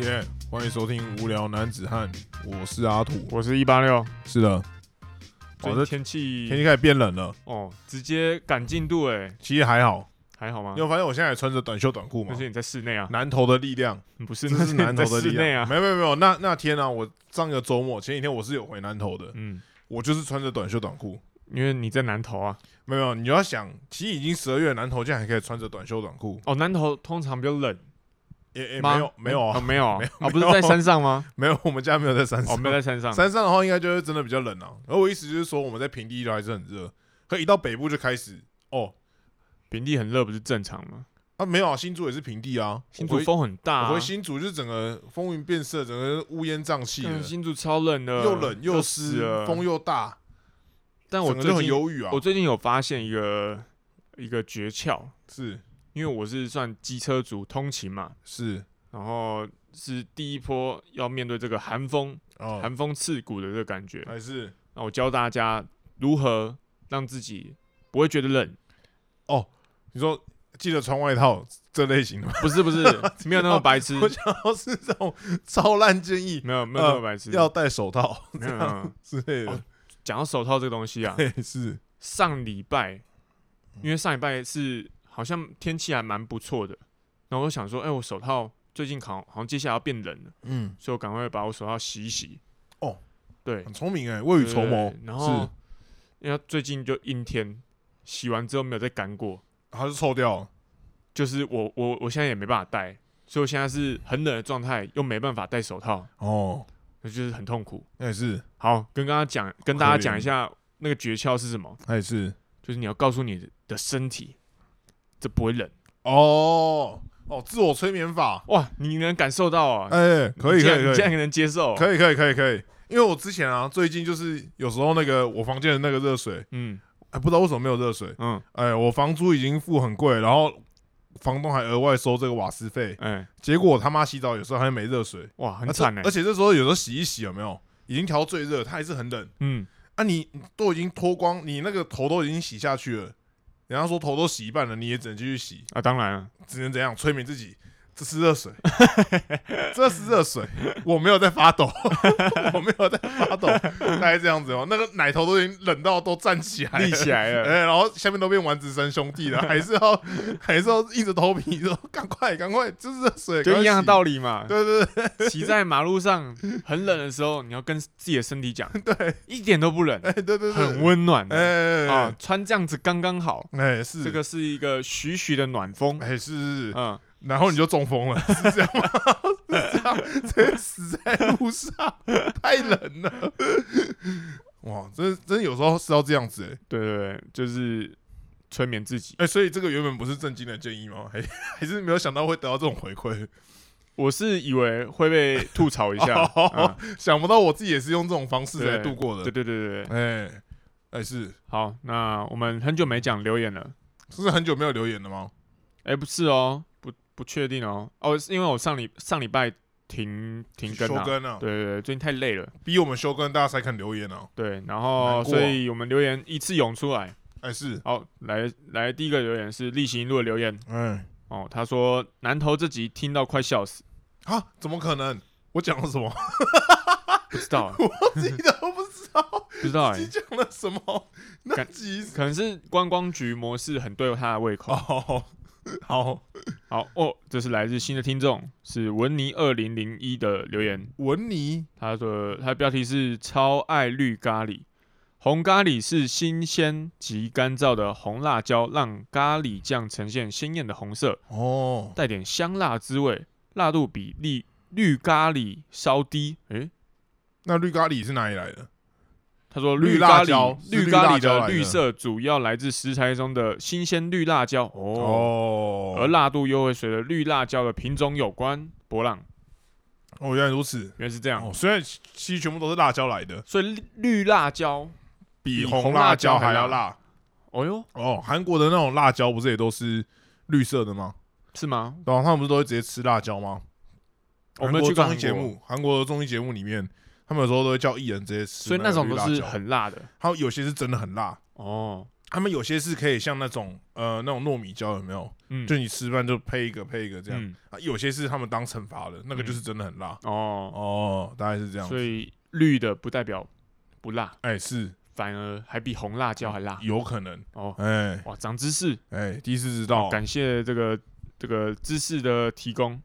耶欢迎收听《无聊男子汉》，我是阿土。我是一八六。是的，哇，最近哦这天气天气开始变冷了，哦，直接赶进度哎，其实还好。还好吗你？有发现我现在也穿着短袖短裤那吗？是你在室内啊，南投的力 量，不是这那是你南投在的室力内量。啊。 没有没有没有，那那天啊，我上个周末前几天我是有回南投的，嗯，我就是穿着短袖短裤。因为你在南投啊。没有，你要想，其实已经十二月，南投竟然还可以穿着短袖短裤，哦，南投通常比较冷也也吗没有没有哦啊，没有啊没有，啊没有不是在山上吗？ 没有，我们 家没有在山上，哦，没有在山上。山上的话，应该就会真的比较冷啊。而我意思就是说，我们在平地都还是很热，可一到北部就开始哦平地很热不是正常吗？啊，没有啊，新竹也是平地啊。新我竹回风很大我啊，回新竹就是整个风云变色，整个乌烟瘴气干的，新竹超冷的，又冷又热死湿呃了，风又大，但我整个就最很近忧郁啊我。最近有发现一个一个诀窍，是因为我是算机车族通勤嘛，是然后是第一波要面对这个寒风，哦，寒风刺骨的这个感觉。还是那我教大家如何让自己不会觉得冷，你说记得穿外套这类型的吗？ 不是不是，没有那么白痴，我想要是这种超烂建议，没有没有那么白痴，要戴手套没有没有没有之类的哦。讲到手套这个东西 啊，对， 是上礼拜因为上礼拜是好像天气还蛮不错的，然后我想说，哎、我手套最近好好像接下来要变冷了，嗯，所以我赶快把我手套洗一洗。哦，对，很聪明哎，未雨绸缪对。然后因为最近就阴天，洗完之后没有再干过，它是臭掉了，就是我我我现在也没办法戴，所以我现在是很冷的状态，又没办法戴手套，哦，那就是很痛苦。那也是，好，跟刚刚讲，跟大家可怜讲一下那个诀窍是什么，那也是。就是你要告诉你的身体，这不会冷哦哦，自我催眠法，哇，你能感受到啊，哎、可以你竟可然以你可竟然以，能接受，啊可以可以可以可以，因为我之前啊，最近就是有时候那个我房间的那个热水，嗯哎，不知道为什么没有热水，嗯哎，我房租已经付很贵，然后房东还额外收这个瓦斯费，哎、结果我他妈洗澡有时候还没热水，哇，很啊惨这哎、而且这时候有时候洗一洗有没有，已经调最热，它还是很冷嗯，啊你，你都已经脱光，你那个头都已经洗下去了，人家说头都洗一半了，你也只能继续洗，啊，当然了，只能怎样催眠自己，这是热水，这是热水，我没有在发抖， 我没有在发抖，大概这样子哦。那个奶头都已经冷到都站起来立起来，来了， 哎，然后下面都变丸子三兄弟了，还是要还是要硬着头皮说赶快赶快，这是热水，就一样的理。道理嘛。对对对，骑在马路上很冷的时候，你要跟自己的身 体讲，对，一点都不冷，哎对对对，很，温暖的哎啊啊，，穿这样子刚刚好，哎是这，个是一个徐徐的暖风，哎是是是，嗯，然后你就中风 了，是这样吗？ 是这样，直接死在路上，太冷了。哇，真真有时候是要这样子哎、对对对，就是催眠自己。哎、所以这个原本不是正经的建议吗？还还是没有想到会得到这种回馈，我是以为会被吐槽一下， 哦嗯想不到我自己也是用这种方式来对度过对的。对对对对，哎、哎、是好，那我们很久没讲留言了，是很久没有留言了吗？哎，不是哦，不不确定哦，哦，是因为我上礼上礼拜停停更休了，更啊，对对对，最近太累了，逼我们休更，大家才肯留言啊。对，然后难过所以我们留言依次涌出来，哎、是，好，来来，第一个留言是例行一路的留言哎、哦，他说南投这集听到快笑死，啊，怎么可能？我讲了什么？ 不知道我自己都不知道不知道哎、自己讲了什么。那感集是可能是观光局模式很对他的胃口。哦，好，好哦，这是来自新的听众，是文尼二零零一的留言，文尼他的他的标题是超爱绿咖喱。红咖喱是新鲜及干燥的红辣椒，让咖喱酱呈现鲜艳的红色，哦，带点香辣滋味，辣度比绿绿咖喱稍低。诶、那绿咖喱是哪里来的？他说绿绿辣咖椒喱，是绿绿辣咖喱椒来的的绿色主要来自食材中的新鲜绿辣椒哦，哦而辣度又会随着绿辣椒的品种有关。博朗哦，原来如此。原来是这样，哦，虽然其其实全部都是辣椒来的，所以绿绿辣椒，比比红红辣辣椒椒还还要辣辣。哦哟，哦，韩国的那种辣椒不是也都是绿色的吗？是吗？然后他们不是都会直接吃辣椒吗？我韩没有国去过综艺韩节国，目，韩国的综艺节目里面，他们有时候都会叫艺人直接吃所以个那种绿都辣椒，是很辣的还有有些是真的很辣。哦。他们有些是可以像那种呃那种糯米椒有没有？嗯，就你吃饭就配一个配一个这样、嗯啊，有些是他们当惩罚的，那个就是真的很辣、哦，哦，大概是这样子。所以绿的不代表不辣，哎、是反而还比红辣椒还辣有可能，哦。哎哇，长知识，哎，第一次知道，感谢这个这个知识的提供。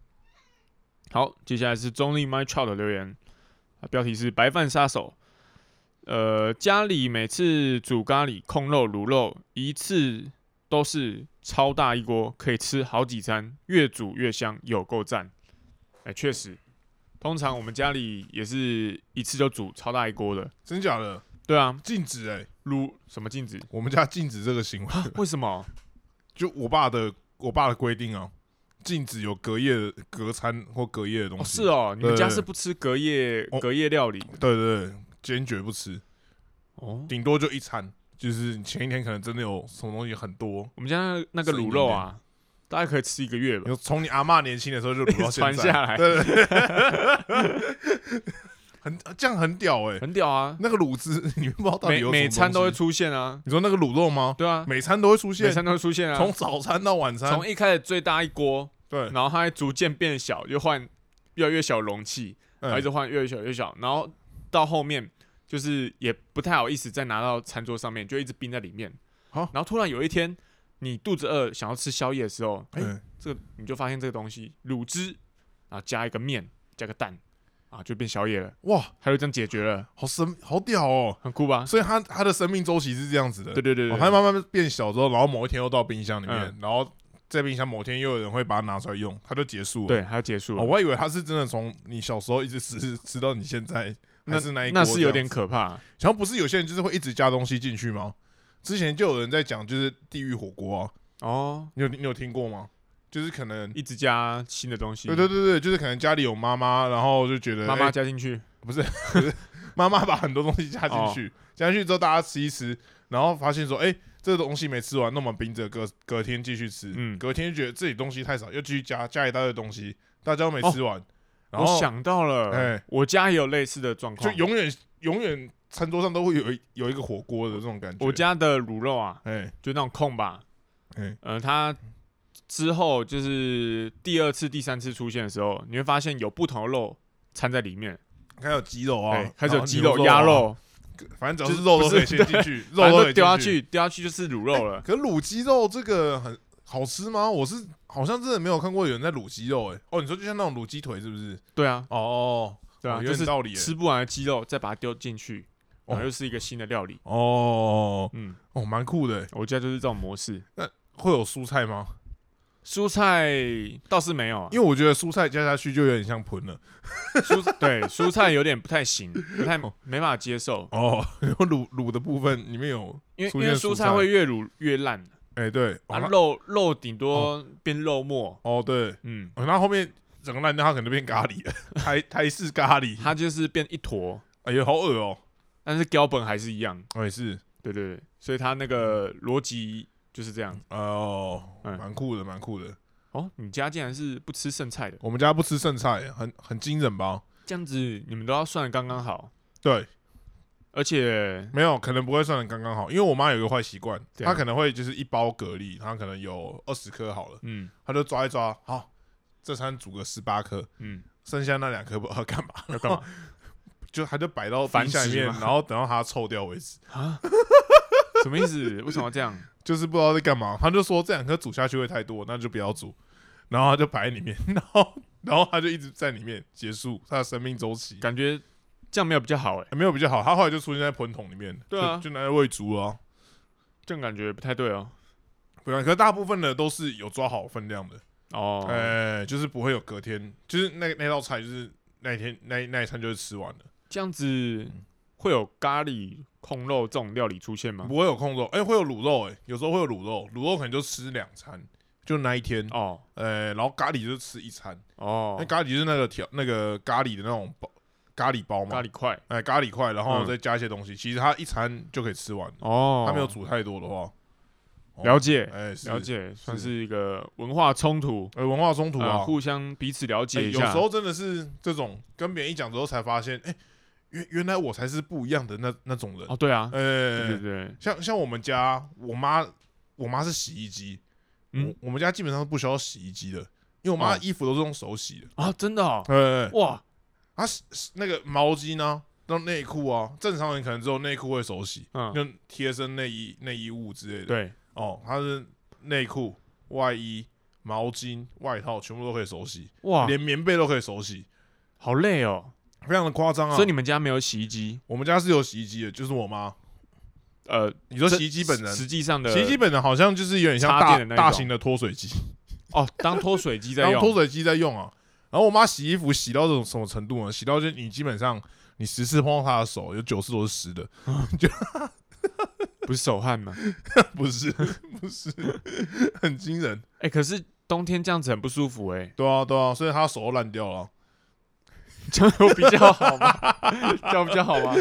好，接下来是中立 My Child 的留言，啊标题是“白饭杀手”。呃，家里每次煮咖喱、控肉、卤肉，一次都是超大一锅，可以吃好几餐，越煮越香，有够赞。哎、确实，通常我们家里也是一次就煮超大一锅的。真假的对啊，禁止哎、卤什么禁止？我们家禁止这个行为，为什么？ 就我爸的我爸的规定啊，禁止有隔夜的隔餐或隔夜的东哦，西。是哦，你们家对是不吃隔夜哦隔夜料理的对对对，坚决不吃，哦？顶多就一餐，就是你前一天可能真的有什么东西很多，我们家那个剩一卤点肉点啊，大概可以吃一个月吧你。从你阿嬷年轻的时候就卤到现 传在，下来对对对 很这样很屌哎、很屌啊，那个卤汁 你们不知道到底每有什么每餐都会东西，出现啊，你说那个卤肉吗？对啊，每餐都会出每现，餐都会出现啊。从早餐到晚餐，从一开始最大一锅，对，然后它还逐渐变小，又换越来越小容器，然后嗯一直换越来越小越小，然后到后面就是也不太好意思再拿到餐桌上面，就一直冰在里面。好然后突然有一天你肚子饿想要吃宵夜的时候，哎，嗯这个你就发现这个东西卤汁，然后加一个面，加个蛋，啊，就变宵夜了，哇，它就这样解决了，好神，好屌哦！很酷吧？所以他他的生命周期是这样子的，对对对哦对，它慢慢变小之后，然后某一天又到冰箱里面，嗯然后在冰箱某天又有人会把它拿出来用，它就结束了。对，还要结束哦，了，我还以为他是真的从你小时候一直吃吃到你现在，还是那一那锅是这有样点子。可怕。然后不是有些人就是会一直加东西进去吗？之前就有人在讲，就是地狱火锅啊，哦，你有你有听过吗？就是可能，一直加新的东西，对对对对，就是可能家里有妈妈，然后就觉得妈妈哎加进去，妈妈把很多东西加哦进去，加进去之后大家吃一吃，然后发现说，哎、这个东西没吃完，那我们冰着隔隔天继续吃，嗯隔天就觉得自己东西太少，又继续加加一大堆东西，大家都没吃完，然哦我后想哦到了，哎我家也有类似的状就况，永远永远餐桌上都会有一有一个火锅的这种感觉。我家的卤肉啊，哎、就那种空吧，哎呃，它之后就是第二次、第三次出现的时候，你会发现有不同的肉掺在里面，还有鸡肉啊哎，开始有鸡然后肉、牛鸭啊，肉，反正只要就是是肉都不是可以先进去，肉反正都可都以丢下进去。去，丢下去就是卤肉 了。可是卤鸡肉这个很好吃吗？我是好像真的没有看过有人在卤鸡肉、哎，哦，你说就像那种卤鸡腿是不是？对啊，哦哦，对啊，哦就有是点道理、哎吃不完的鸡肉，再把它丢进去，然哦后又是一个新的料理。哦嗯，哦，蛮酷的、哎我家就是这种模式。会有蔬菜吗？蔬菜倒是没有啊，因为我觉得蔬菜加下去就有点像喷了。蔬 对蔬菜有点不太行，不太哦没办法接受，哦， 然后卤卤的部分里面有，因为出因现为蔬蔬菜菜会越卤越烂，哎、对，啊哦那肉肉顶多变肉末，哦对，嗯，哦，那后面整个烂掉，它可能变咖喱了， 台台式咖喱，它就是变一坨，哎呦，好恶哦、但是标本还是一样，我也是，对对对，所以它那个嗯逻辑就是这样。哦，嗯蛮酷的，蛮酷的。哦，你家竟然是不吃剩菜的，我们家不吃剩菜，很很惊人吧？这样子你们都要算的刚刚好，对，而且没有，可能不会算的刚刚好，因为我妈有一个坏习惯，怎样她可能会就是一包蛤蜊，她可能有二十颗好了，嗯她就抓一抓，好，这餐煮个十八颗，嗯，剩下那两颗不知道干嘛， 要干嘛就她就摆到繁冰箱里殖面，吗然后等到它臭掉为止，啊？ 什么意思？为什么要这样？就是不知道在干嘛。她就说这两颗煮下去会太多，那就不要煮，然后她就摆在里面， 然后然后她就一直在里面结束她的生命周期。感觉这样没有比较好哎、欸没有比较好，它后来就出现在盆桶里面，对啊就就拿来喂猪啊。这样感觉不太对哦。不然，可是大部分的都是有抓好分量的，哦，哎、就是不会有隔天，就是那那道菜就是那一天那那一餐就是吃完了，这样子会有咖喱控肉这种料理出现吗？不会有空肉，哎、会有卤肉、哎，有时候会有卤肉，卤肉可能就吃两餐，就那一天，哦哎、然后咖喱就吃一餐，那哦，咖喱就是那个调那个咖喱的那种包咖喱包嘛，咖喱块哎、咖喱块，然后嗯再加一些东西，其实它一餐就可以吃完了，哦，它没有煮太多的话，哦了解哎、是了，解，算是一个文化冲突，呃，文化嗯冲突啊，呃，互相彼此了欸解一有下时。候真的是这种跟别人一讲之后才发现，哎、原原来我才是不一样的那那种人。哦，对啊，呃、对对对，像像我们家，我妈我妈是洗衣机，嗯我我们家基本上是不需要洗衣机的，因为我妈哦衣服都是用手洗的。啊，真的哦，呃、哇，她洗那个毛巾呢、那内裤啊，正常人可能只有内裤会手洗，嗯，就贴身内衣内衣物之类的。对，哦，她是内裤、外衣、毛巾、外套全部都可以手洗，哇，连棉被都可以手洗，好累哦，非常的夸张啊。所以你们家没有洗衣机？我们家是有洗衣机的，就是我妈。呃，你说这洗衣机本人，实际上的洗衣机本人好像就是有点像插大电的那一种大型的脱水机，哦，当脱水机在然后脱用，水机在用啊。然后我妈洗衣服洗到这种什么程度呢？洗到就是你基本上你十次碰到她的手，有九次都是湿的， 不是手汗吗？不是 不是，很惊人。哎，可是冬天这样子很不舒服哎，对啊对啊，所以她手都烂掉了。 这样有比较好吗？这样比较好吗？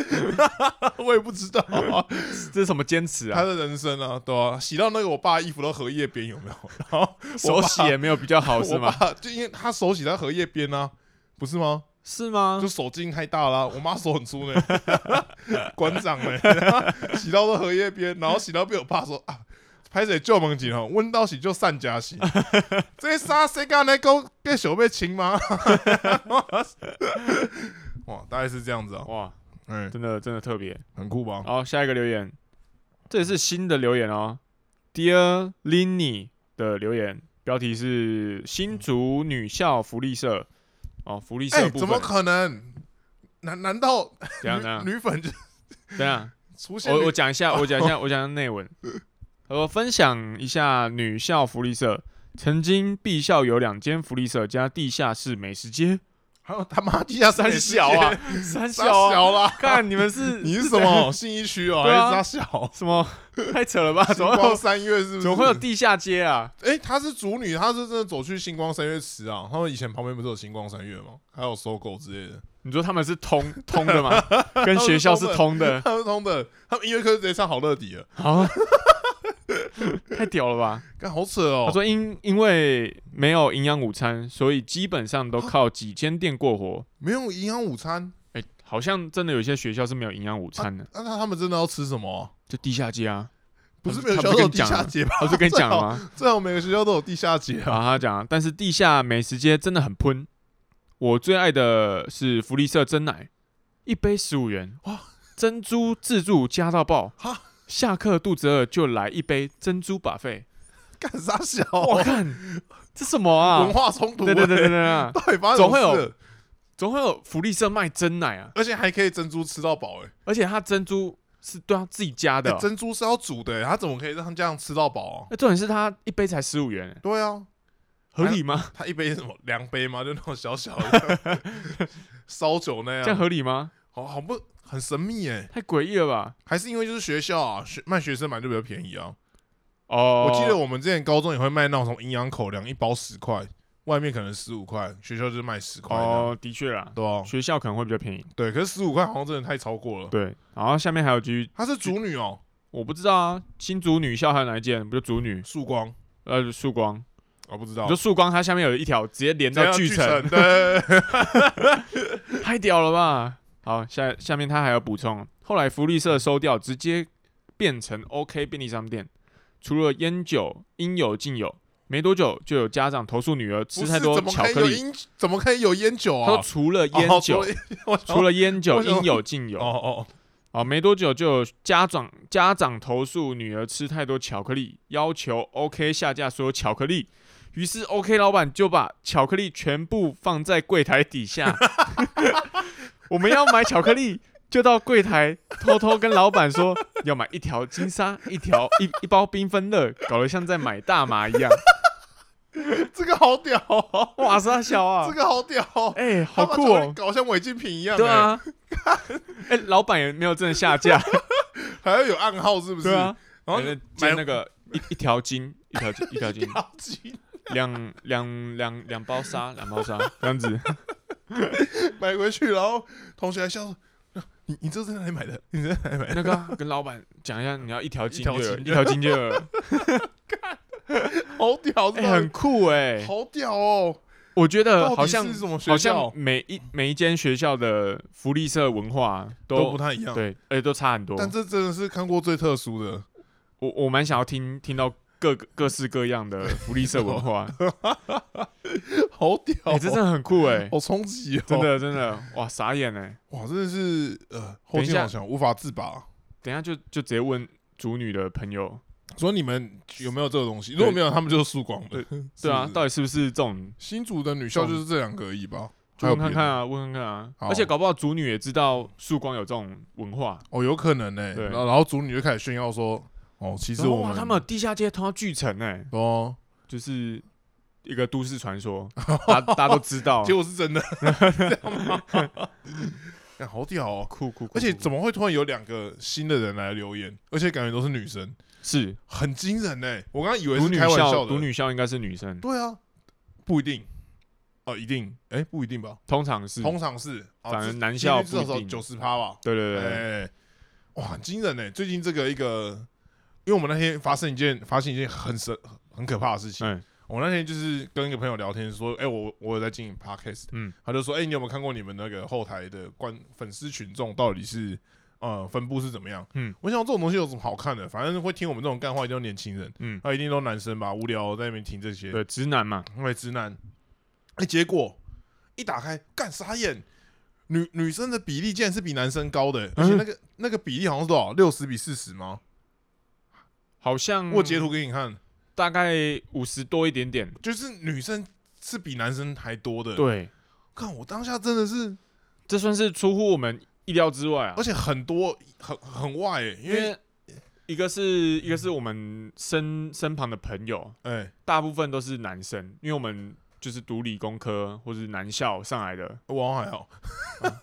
我也不知 道、啊，这是什么坚持她啊？的人生啊，对啊，洗到那个我爸衣服的荷叶边有没有？然后手洗也没有比较好哦是我吗？爸就因为他手洗在荷叶边啊，不是吗？是吗就？手劲太大啊啦，我妈手很粗呢， 馆长呢，洗到都荷叶边，然后洗到被我爸说啊，拍水救猛警哦，温到洗就散家洗， 这啥谁敢来勾跟手被亲吗？ 哇，大概是这样子啊，哇，嗯，真的真的特别。很酷吧？好，下一个留言，这也是新的留言哦，Dear Linny 的留言，标题是新竹女校福利社哦，福利哎、社部怎分，么可能？难难道怎样怎样女粉就怎样？出现我女我讲一下，我讲一下，我讲一下内文。我分享一下女校福利社，曾经 B 校有两间福利社加地下室美食街，还有他妈地下三三小啊，三三小啊，小啦，看你 们是你是什么信义区哦，对啊还是沙小？什么？太 扯了吧？ 怎星么会光有三月是不是？怎么会有？地下街啊？哎、她是主女，她是真的走去星光三月池啊。他们以前旁边不是有星光三月吗？还有搜狗之类的， 你说他们是通通的吗？跟学校是通的？他们通的，他们音乐课直接唱好乐迪了，好，啊太屌了吧？干好扯哦他。说因因为没有营养午餐，所以基本上都靠几间店过活。没有营养午餐，啊哎、好像真的有些学校是没有营养午餐的，那、他他们真的要吃什么啊、就地下街啊。不是每个他学校不是都有跟你地讲啊下了街吧？我就跟你讲了最好，吗？ 最好每个学校都有地下街好，啊。 他讲啊，但是地下美食街真的很喷。我最爱的是福利社真奶，一杯十五元，哇珍珠自助加到爆哈。下课肚子饿就来一杯珍珠把费。干啥小、我看这什么啊？哦文化冲突、对对对对对欸啊， 到底发生什么总会事有了？总会有福利社卖真奶啊，而且还可以珍珠吃到饱、欸，哎、而且它珍珠是对他自己加的哦、哎珍珠是要煮的、欸，他怎么可以让他这样吃到饱啊？那重点是它一杯才十五元、欸对啊，合理吗？他一杯是什么量杯吗？就那种小小的 烧酒那这样样，合理吗？好好不很神秘哎、太诡异了吧？还是因为就是学校啊，学卖学生买就比较便宜啊。哦，我记得我们之前高中也会卖那种什么营养口粮，一包十块，外面可能十五块，学校就是卖十块的，哦，的确啦，对啊，学校可能会比较便宜。对，可是十五块好像真的太超过了。对，然后下面还有句，她是主女哦，我不知道啊，新竹女校还有哪一间？不就竹女？曙光，呃，曙光，我不知你道说。曙光，它下面有一条直接连哦怎到样巨城， 对，太屌了吧！好，下下面他还有补充，后来福利社收掉，直接变成 OK 便利商店，除了烟酒应有尽有。没多久就有家长投诉女儿吃不太是多怎么巧可以克有力，烟？怎么可以有烟酒他啊说？除了烟哦酒，，我除了烟酒为什么应有尽有。哦哦，啊，没多久就有家长家长投诉女儿吃太多巧克力，要求 OK 下架所有巧克力。于是 OK 老板就把巧克力全部放在柜台底下。 我们要买巧克力，就到柜台偷偷跟老板说要买一条金沙，一条一一包缤纷乐，搞得像在买大麻一样。 这个好屌哦，哇塞，小啊这，个好屌哦。哎、好他把酷巧克力哦！搞像欸违禁品一样、欸，对，啊， 哎、老板也没有真的下架，欸还要有暗号 是不是？对啊，然后那买煎那个一一条筋，一条筋，一条筋，标记，两两两两包沙，两 包沙，这样子。买回去，然后同学还笑说：“你你这是在哪里买的？你在哪里买的 那个啊跟老板讲一下，你要一条筋就有，一条筋一就条筋 就有。？”好屌，哎、真的很酷哎、好屌哦！我觉得到底好像是什么学好校像每一每一间学校的福利社文化都都不太一样。对，而且都差很多。但这真的是看过最特殊的， 我我蛮想要听听到各个各式各样的福利社文 化，好屌哦、哎、这真的很酷哎、好冲击哦！真，的真的哇傻眼哎、哇，真的是呃，后等一劲下好强，无法自拔。等一下就就直接问主女的朋友，所以你们有没有这个东西？如果对没有，他们就是输光的。是对不啊，是到底是不是这种？新竹的女校就是这两个而已吧？就还有问别看的看啊，问看看啊。好而且搞不好主女也知道曙光有这种文化，哦，有可能呢、欸。对然后然后主女就开始炫耀说：“哦，其实然后我哇们他们有地下街通到巨城哎、哦，就是一个都市传 说，大大家都知道。结果是 真的， 这样吗？ 哎好屌哦！酷酷酷，而且酷怎么会突然有两个新的人来留言，而且感觉都是女生，是很惊人呢、欸我刚刚以为读是女开玩校，笑读的，女校应该是女生，对啊，不一定，哦，一定，哎、不一定吧？通常是。通常是，啊反而这男校今天不一至少定九十趴吧，对对对对，哎、哇，很惊人呢、欸最近这个一个，因为我们那天发生一件发生一件很神很可怕的事情。嗯我那天就是跟一个朋友聊天说，哎、我我有在经营 podcast，嗯，他就说，哎、你有没有看过你们那个后台的观粉丝群众到底是呃分布是怎么样？嗯，我想这种东西有什么好看的？反正会听我们这种干话一定都年轻人，嗯，他一定都男生吧，无聊在那边听这些，对，直男嘛，因为直男。哎、结果一打开，干傻眼，女女生的比例竟然是比男生高的、欸而嗯且那个、那个比例好像是多少，六十比四十吗？好像我截图给你看，大概五十多一点点。就是女生是比男生还多的。，对，看我当下真的是，这算是出乎我们意料之外啊而。且很多很很外、欸，因因为为一个是一个是我们身身旁的朋友，哎、大部分都是男生，因为我们就是读理工科或是男校上来的， 我好像还好，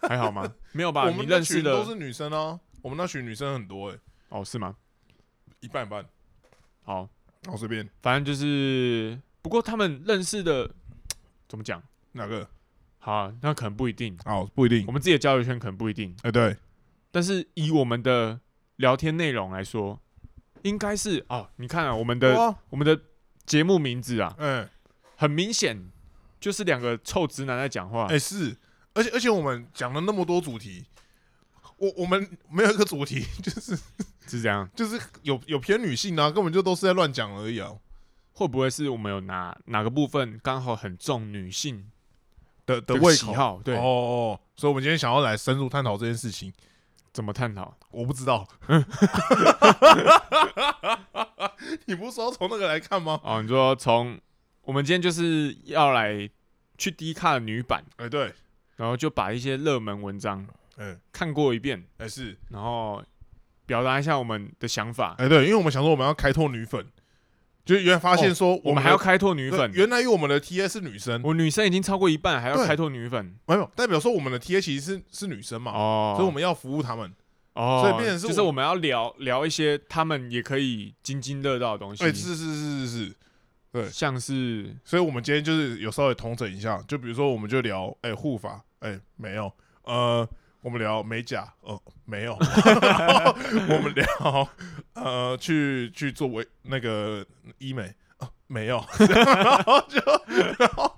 还好吗？没有吧？我你们那认识群都的是女生啊，我们那群女生很多哎、哦是吗？一半一半，好，好随便反正就是，不过他们认识的怎么讲？哪个，好啊、那可能不一定，好不一定我，们自己的交友圈可能不一定，哎、对，但是以我们的聊天内容来说，应该是哦，你看啊，我们的哇我们的节目名字啊，哎、很明显就是两个臭直男在讲话。哎、是，而且而且我们讲了那么多主题，我我们没有一个主题就是是这样，就是有有偏女性啊，根本就都是在乱讲而已啊会不会是我们有哪哪个部分刚好很重女性的的这个胃喜口。好？对，哦哦，所以我们今天想要来深入探讨这件事情，怎么探讨？我不知道。 你不是说从那个来看吗？哦，你说从我们今天就是要来去低卡的女版，哎、对，然后就把一些热门文章嗯、看过一遍，哎、是，然后表达一下我们的想法。哎、对，因为我们想说我们要开拓女粉，就原来发现说我们们还要的开拓女对粉，原来因为我们的 T A 是女生，我女生已经超过一半，还要对开拓女粉没有代表说我们的 T A 其实是是女生嘛，哦。所以我们要服务他们。哦，所以变成是就是我我们要聊聊一些他们也可以津津乐道的东西。哎、是是是是是，对像是所以我们今天就是有稍微统整一下，就比如说我们就聊，哎、护法，哎、没有，呃，我们聊美甲，呃，没有， 然后我们聊，呃，去去做微那个医美，呃，没有， 然后就然后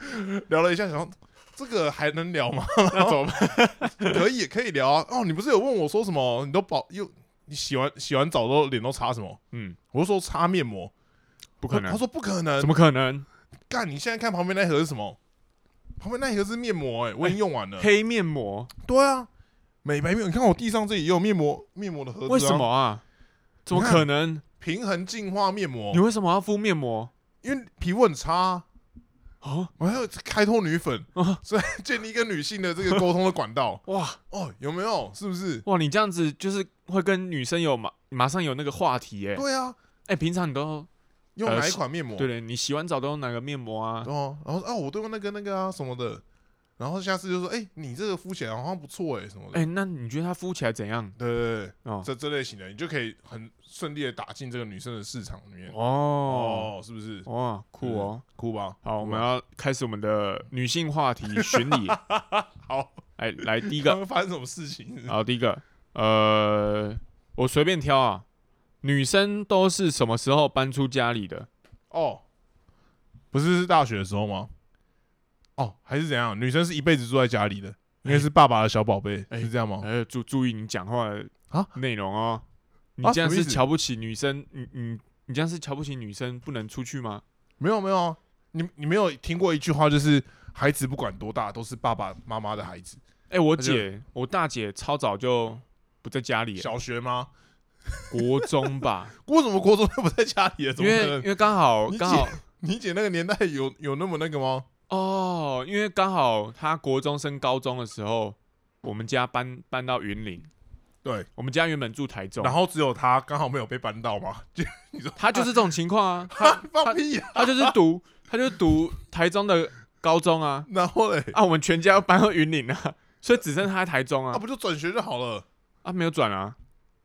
聊了一下，想说这个还能聊吗？那怎么办？可以可以聊啊，哦，你不是有问我说什么？你都保又你洗完洗完澡都脸都擦什么？嗯，我就说擦面膜，不可能他，说不可能怎，么可能？干，你现在看旁边那盒是什么？旁边那盒是面膜、哎，我已经用完了。黑面膜对啊，美白面，你看我地上这里也有面膜，面膜的盒子、啊。为什么？啊？怎么你看可能？平衡净化面膜你，为什么要敷面膜？因为皮肤很差啊、哦，我还要开拓女粉，啊。所以建立跟女性的这个沟通的管道哇哦，有没有？是不是？哇，你这样子就是会跟女生有马马上有那个话题哎、对啊，哎、平常你都用呃哪一是款面膜？对了，你洗完澡都用哪个面膜啊？哦，然后啊，我都用那个那个啊什么的，然后下次就说，哎、你这个敷起来好像不错哎、什么的。哎、那你觉得它敷起来怎样？对对对，哦这这类型的，你就可以很顺利的打进这个女生的市场里面。哦哦，是嗯不是哇，酷哦！酷吧？好，我酷们吧要开始我们的女性话题巡礼。 好，哎，来第一刚 个，刚发生什么事情？好，第一个，呃，我随便挑啊。女生都是什么时候搬出家里的？哦，不是是大学的时候吗？哦，还是怎样？女生是一辈子住在家里的，因为是爸爸的小宝贝，哎是这样吗？还有注注意你讲话的哦啊内容哦。你啊这样什么意是思瞧不起女生，你你你这样是瞧不起女生，不能出去吗？没有没有啊，你你没有听过一句话，就是孩子不管多大都是爸爸妈妈的孩子。哎、我他就姐，我大姐超早就不在家里了，小学吗？国中吧，为什么国中就不在家里 了？怎因么为可能因？为刚好你姐刚好你姐那个年代有有那么那个吗？哦，因为刚好她国中升高中的时候，我们家搬搬到云林，对，我们家原本住台中，然后只有她刚好没有被搬到嘛，就她就是这种情况啊，她 放屁呀、她就是读她就读台中的高中啊，然后嘞， 啊，我们全家搬到云林啊， 所以只剩她在台中那、啊，不就转学就好了？啊没有转啊，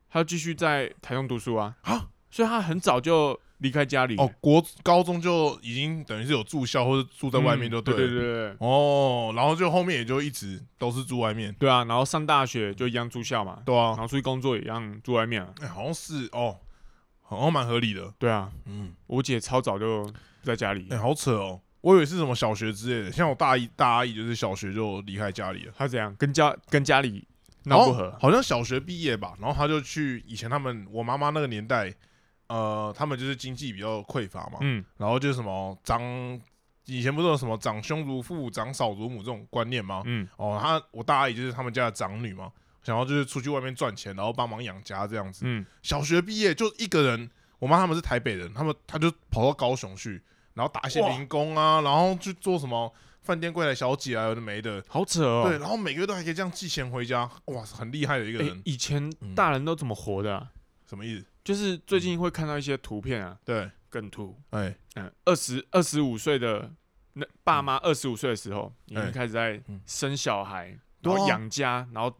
她就继续在台中读书啊，啊所以她很早就离开家里哦，国高中就已经等于是有住校或者住在外面就对了。嗯对对对。哦，然后就后面也就一直都是住外面，对啊，然后上大学就一样住校嘛，对然啊，后出去工作也一样住外面啊。哎、好像是哦，好像蛮合理的，对啊，嗯，我姐超早就不在家里哎、，好扯哦，我以为是什么小学之类的，像我大一大一就是小学就离开家里了，她怎样跟家跟家里然闹后不和？好像小学毕业吧，然后他就去以前他们我妈妈那个年代，呃，他们就是经济比较匮乏嘛，嗯，然后就是什么长，以前不是有什么长兄如父、长嫂如母这种观念吗？嗯哦，她我大阿姨就是他们家的长女嘛，想要就是出去外面赚钱，然后帮忙养家这样子。嗯，小学毕业就一个人，我妈他们是台北人，他们她就跑到高雄去，然后打一些哇零工啊，然后去做什么饭店柜台小姐啊，有的没的。好扯哦。对，然后每个月都还可以这样寄钱回家，哇，很厉害的一个诶人，以前嗯大人都怎么活的啊、什么意思？就是最近会看到一些图片啊，对，梗图，哎，嗯，二十二十五岁的那爸妈二十五岁的时候，已经嗯哎开始在嗯生小孩，对然后啊养家，然后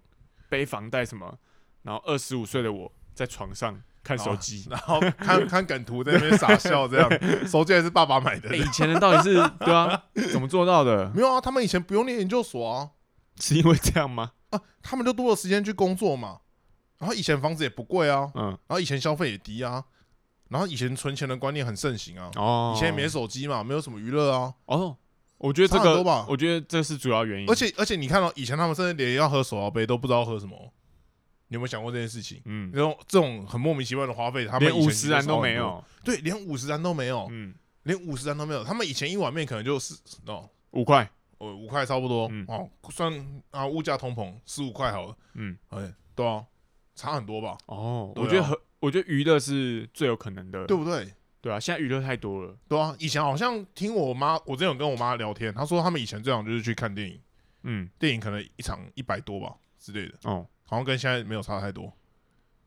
背房贷什么，然后二十五岁的我在床上看手机。 然后看看梗图在那边傻笑，这样手机还是爸爸买的欸、，以前人到底是对啊，怎么做到的？ 没有啊，他们以前不用念研究所啊，是因为这样吗？啊，他们就多了时间去工作嘛。然后以前房子也不贵啊，嗯，然后以前消费也低啊，然后以前存钱的观念很盛行啊。哦，以前也没手机嘛，没有什么娱乐啊，哦，我觉得这差个很多吧我觉得这是主要原因。而，且而且你看到、以前他们甚至连要喝手摇杯都不知道喝什么，哦你有没有想过这件事情？嗯，这种这种很莫名其妙的花费，他们连以前五十就是人都少很没多，哦有，对，连五十元都没有，嗯，连五十元都没有。他们以前一碗面可能就是哦，五块，呃五块差不多、嗯哦，算啊物价通膨十五块好了，嗯，哎，对啊，差很多吧，哦，对啊我觉得和我觉得娱乐是最有可能的，对不对？对啊，现在娱乐太多了，对啊，以前好像听我妈，我之前有跟我妈聊天，她说他们以前最常就是去看电影，嗯，电影可能一场一百多吧之类的，哦，好像跟现在没有差太多。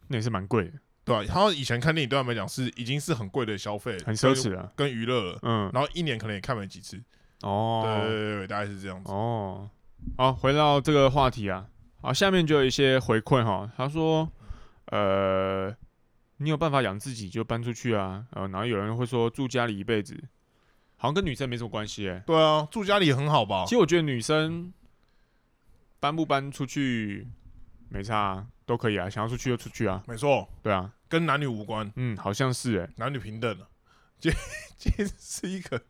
那也是蛮贵的，对啊，他以前看电影对他们来讲是已经是很贵的消费，很奢侈啊，跟，跟娱乐了。嗯，然后一年可能也看没几次，对对哦，对对，大概是这样子。哦，好，回到这个话题啊，好，下面就有一些回馈哈，他说，呃，你有办法养自己就搬出去啊，呃，然后有人会说住家里一辈子，好像跟女生没什么关系诶、对啊，住家里也很好吧其？实我觉得女生搬不搬出去没差、啊，都可以啊，想要出去就出去啊，没错，对啊，跟男女无关，嗯，好像是诶、男女平等了。这这是一个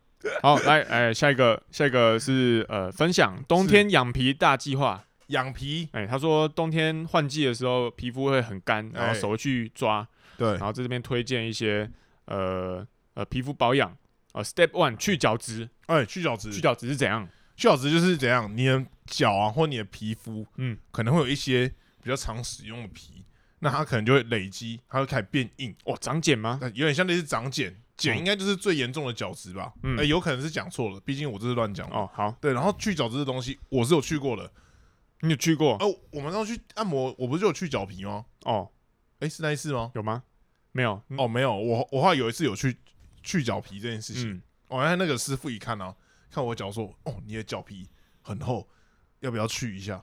好，来，哎、下一个，下一个是呃，分享冬是天养皮大计划。养皮，哎、他说冬天换季的时候皮肤会很干，然后哎手会去抓，对然，后在这边推荐一些呃呃皮肤保养。呃，Step One 去角质，哎，去角质，去角质是怎样？去角质就是怎样，你的脚啊或你的皮肤，嗯嗯，可能会有一些比较常使用的皮，那它可能就会累积，它会开始变硬，哦，长茧吗？那有点像类似长茧，茧嗯应该就是最严重的角质吧？嗯嗯、有可能是讲错了，毕竟我这是乱讲的。哦，好，对，然后去角质的东西我是有去过的，你有去过？哦、我们要去按摩，我不是就有去角皮吗？哦，哎、是那一次吗？有吗？没有。嗯，哦，没有，我我后来有一次有去去角皮这件事情，嗯哦，那那个师傅一看啊，看我脚说，哦，你的脚皮很厚，要不要去一下？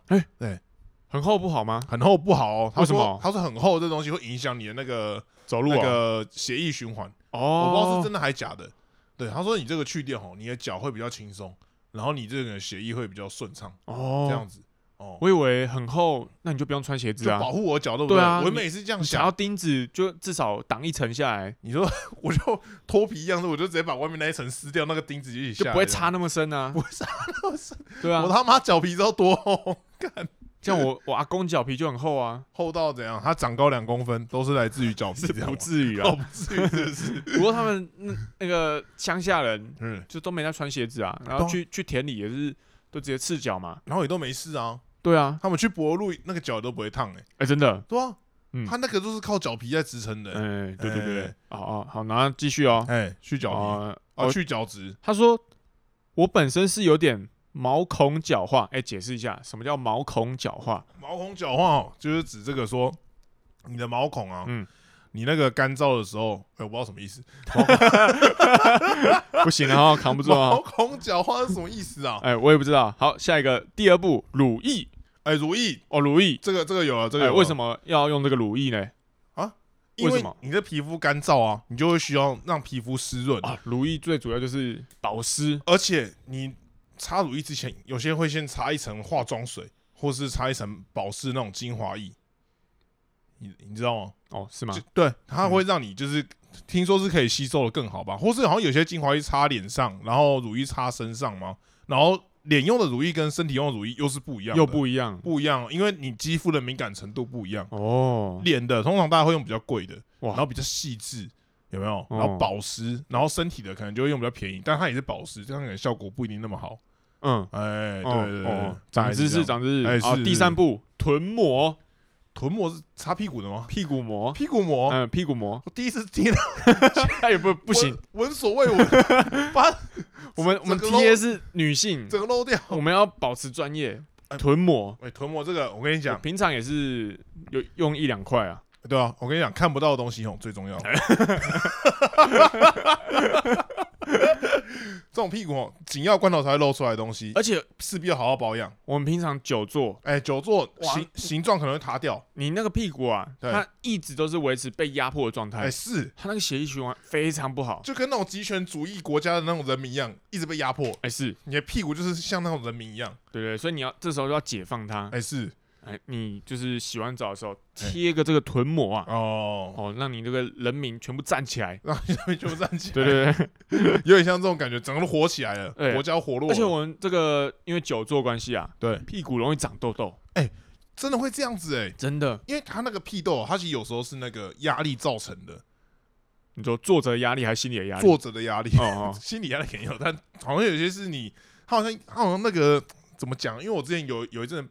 很厚不好吗？很厚不好哦，他为什说么他说很厚这东西会影响你的那个走路那啊？个血液循环，我不知道是哦，真的还假的。对，他说你这个去掉吼，你的脚会比较轻松，然后你这个血液会比较顺畅，哦，这样子。哦，我以为很厚，那你就不用穿鞋子就啊。保护我脚，对不对啊我你每次这样你想要想，钉子，就至少挡一层下来，你说 我就脱皮一样的，我就直接把外面那一层撕掉，那个钉子就一起就下来不会这插样。那么深啊。不会插那么深，对啊我。他妈脚皮都多厚，像我我阿公脚皮就很厚啊，厚到怎样？它长高两公分，都 是来自于脚皮， 是这样不吗至于哦，啊。不至于，是不是？不过他们那那个乡下人嗯，就都没在穿鞋子啊，然对后啊去去田里也是都直接赤脚嘛。然后也都没事啊。对啊，他们去柏油路，那个脚都不会烫诶、欸哎，真的，对啊，嗯他那个都是靠脚皮在支撑的、欸。哎，对对对哎，哦哦，好，然后继续哦。哎、去脚皮、哦，啊，我去脚趾，他说我本身是有点毛孔角化，哎，解释一下什么叫毛孔角 化？毛孔角化哦，就是指这个说你的毛孔啊，嗯你那个干燥的时候，哎、我不知道什么意思，不行啊，哦扛不住啊毛。孔角化是什么意思 啊？哎，我也不知道。好，下一个第二步，乳液哎、如意，哦，乳液。这个这个有了，这个哎，有了、为什么要用这个乳液呢？因为为什么你的皮肤干燥啊，你就会需要让皮肤湿润，啊，乳液最主要就是保湿。而且你擦乳液之前，有些会先擦一层化妆水，或是擦一层保湿那种精华液，你你知道吗？哦，是吗就？对，它会让你就是、听说是可以吸收的更好吧，或是好像有些精华液擦脸上，然后乳液擦身上嘛，然后脸用的乳液跟身体用的乳液又是不一样的，又不一样不一样，哦因为你肌肤的敏感程度不一样，哦，脸的通常大家会用比较贵的，然哇哦后比较细致。有没有？然后保湿，然后身体的可能就会用比较便宜，但它也是保湿，这样可能效果不一定那么好。嗯，哎，对哦对对哦，长知识，长长知识。哎啊是，第是三步，臀膜、臀膜是擦屁股的吗？ 屁股膜，屁股膜，嗯，屁股 膜，我第一次听到，哎，也不不行，闻，闻所未 闻，把我们我们整个 TA 是女性，整个漏掉。我们要保持专业。哎臀膜，哎，臀膜这个，我跟你我讲，平常也是有用一两块啊，对啊，我跟你讲，看不到的东西哦最重要。哎 这种屁股哦，紧要关头才会露出来的东西，而且势必要好好保养。我们平常久坐，哎，久坐哇形形状可能会塌掉。你那个屁股啊，对它一直都是维持被压迫的状态哎，，是，它那个血液循环非常不好。就跟那种集权主义国家的那种人民一样，一直被压迫。哎，是你的屁股就是像那种人民一样。对对，所以你要这时候就要解放它，哎，是哎，你就是洗完澡的时候贴个这个臀膜啊，哦，哦，让你这个人民全部站起来。然后你上面就站起来。哦对对对，有点像这种感觉，整个都火起来了，哎国家活 络了。而且我们这个因为久坐关系啊，对屁股容易长痘痘，真的会这样子哎、真的。因为他那个屁痘，它其实有时候是那个压力造成的，你说坐着的压力还是心理的压力？作者的压力，哦哦，心理压力肯定有，但好像有些是你，他好像他好像那个怎么讲？因为我之前有有一阵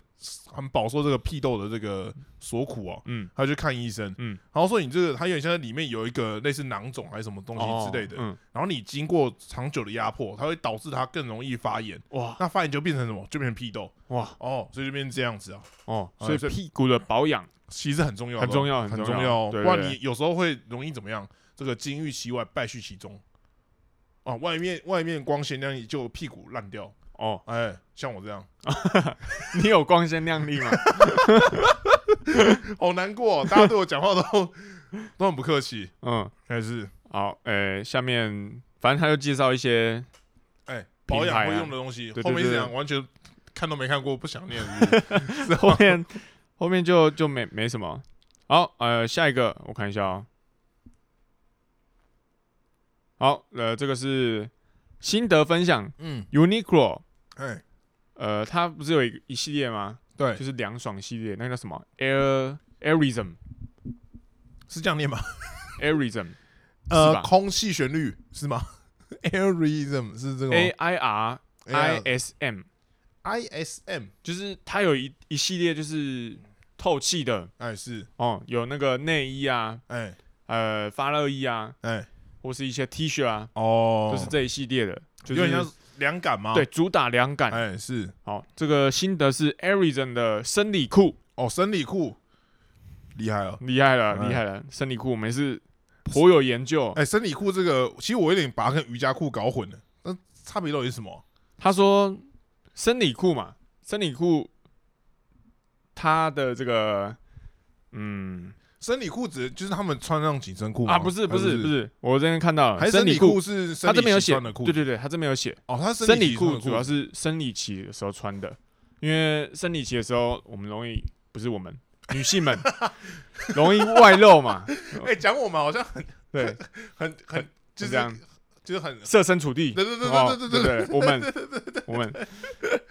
很饱受这个屁痘的这个所苦哦、嗯，他去看医生，嗯，然后说你这个，它有点像里面有一个类似囊肿还是什么 东西之类的，哦然后你经过长久的压迫，它会导致它更容易发炎，嗯，哇那发炎就变成什么？就变成屁痘哇哦，所以就变成这样子啊。哦，哎所以所以屁股的保养其实很重要的哦，很重要很很重要要哦。不对然对你有时候会容易怎么样？这个金玉其外，败絮其中。啊，外面外面光鲜亮丽，就屁股烂掉。哦，哎，像我这样，你有光鲜亮丽吗？好难过哦。大家对我讲话都都很不客气，嗯，还是好，哎，下面反正他就介绍 一些，哎品保牌啊养会用的东西。对对后面是对这样，完全看都没看过，不想念。是 不是后面 后面就就没没什么。好，呃，下一个我看一下哦。好，呃，这个是心得分享嗯， ，Uniqlo，哎，呃，它不是有一一系列吗？对就，是凉爽系列，那个叫什么 Air Airism 是这样念吗？ Airism 呃吧，空气旋律是吗 ？Airism 是这个 A 吗 I R I S M， I S M 就是它有一一系列就是透气的哎是哦，有那个内衣啊，哎呃，发热衣啊，哎或是一些 T 恤啊，哦，就是这一系列的，就是有点像凉感吗？对，主打凉感。哎，是好，这个心得是 Arizen 的生理裤，哦，生理裤厉害了。厉害了，哎厉害了，生理裤我们也是颇有研究。哎，生理裤这个，其实我有点把它跟瑜伽裤搞混了。那差别到底是什么？他说生理裤嘛，生理裤它的这个嗯生理裤只就是他们穿那种紧身裤吗啊，不是不是不，是，我这边看到还了是生理理裤裤，是生他理这边有期写穿的，裤对对对，他这边有写哦，它是生理理期穿裤的主要是生理期的时候穿的，因为生理期的时候，我们容易不是我们女性 们容易外露嘛，哎，讲我们好像很对，很很就是这样就是 很设身处地，对对对哦对对对对，我们我们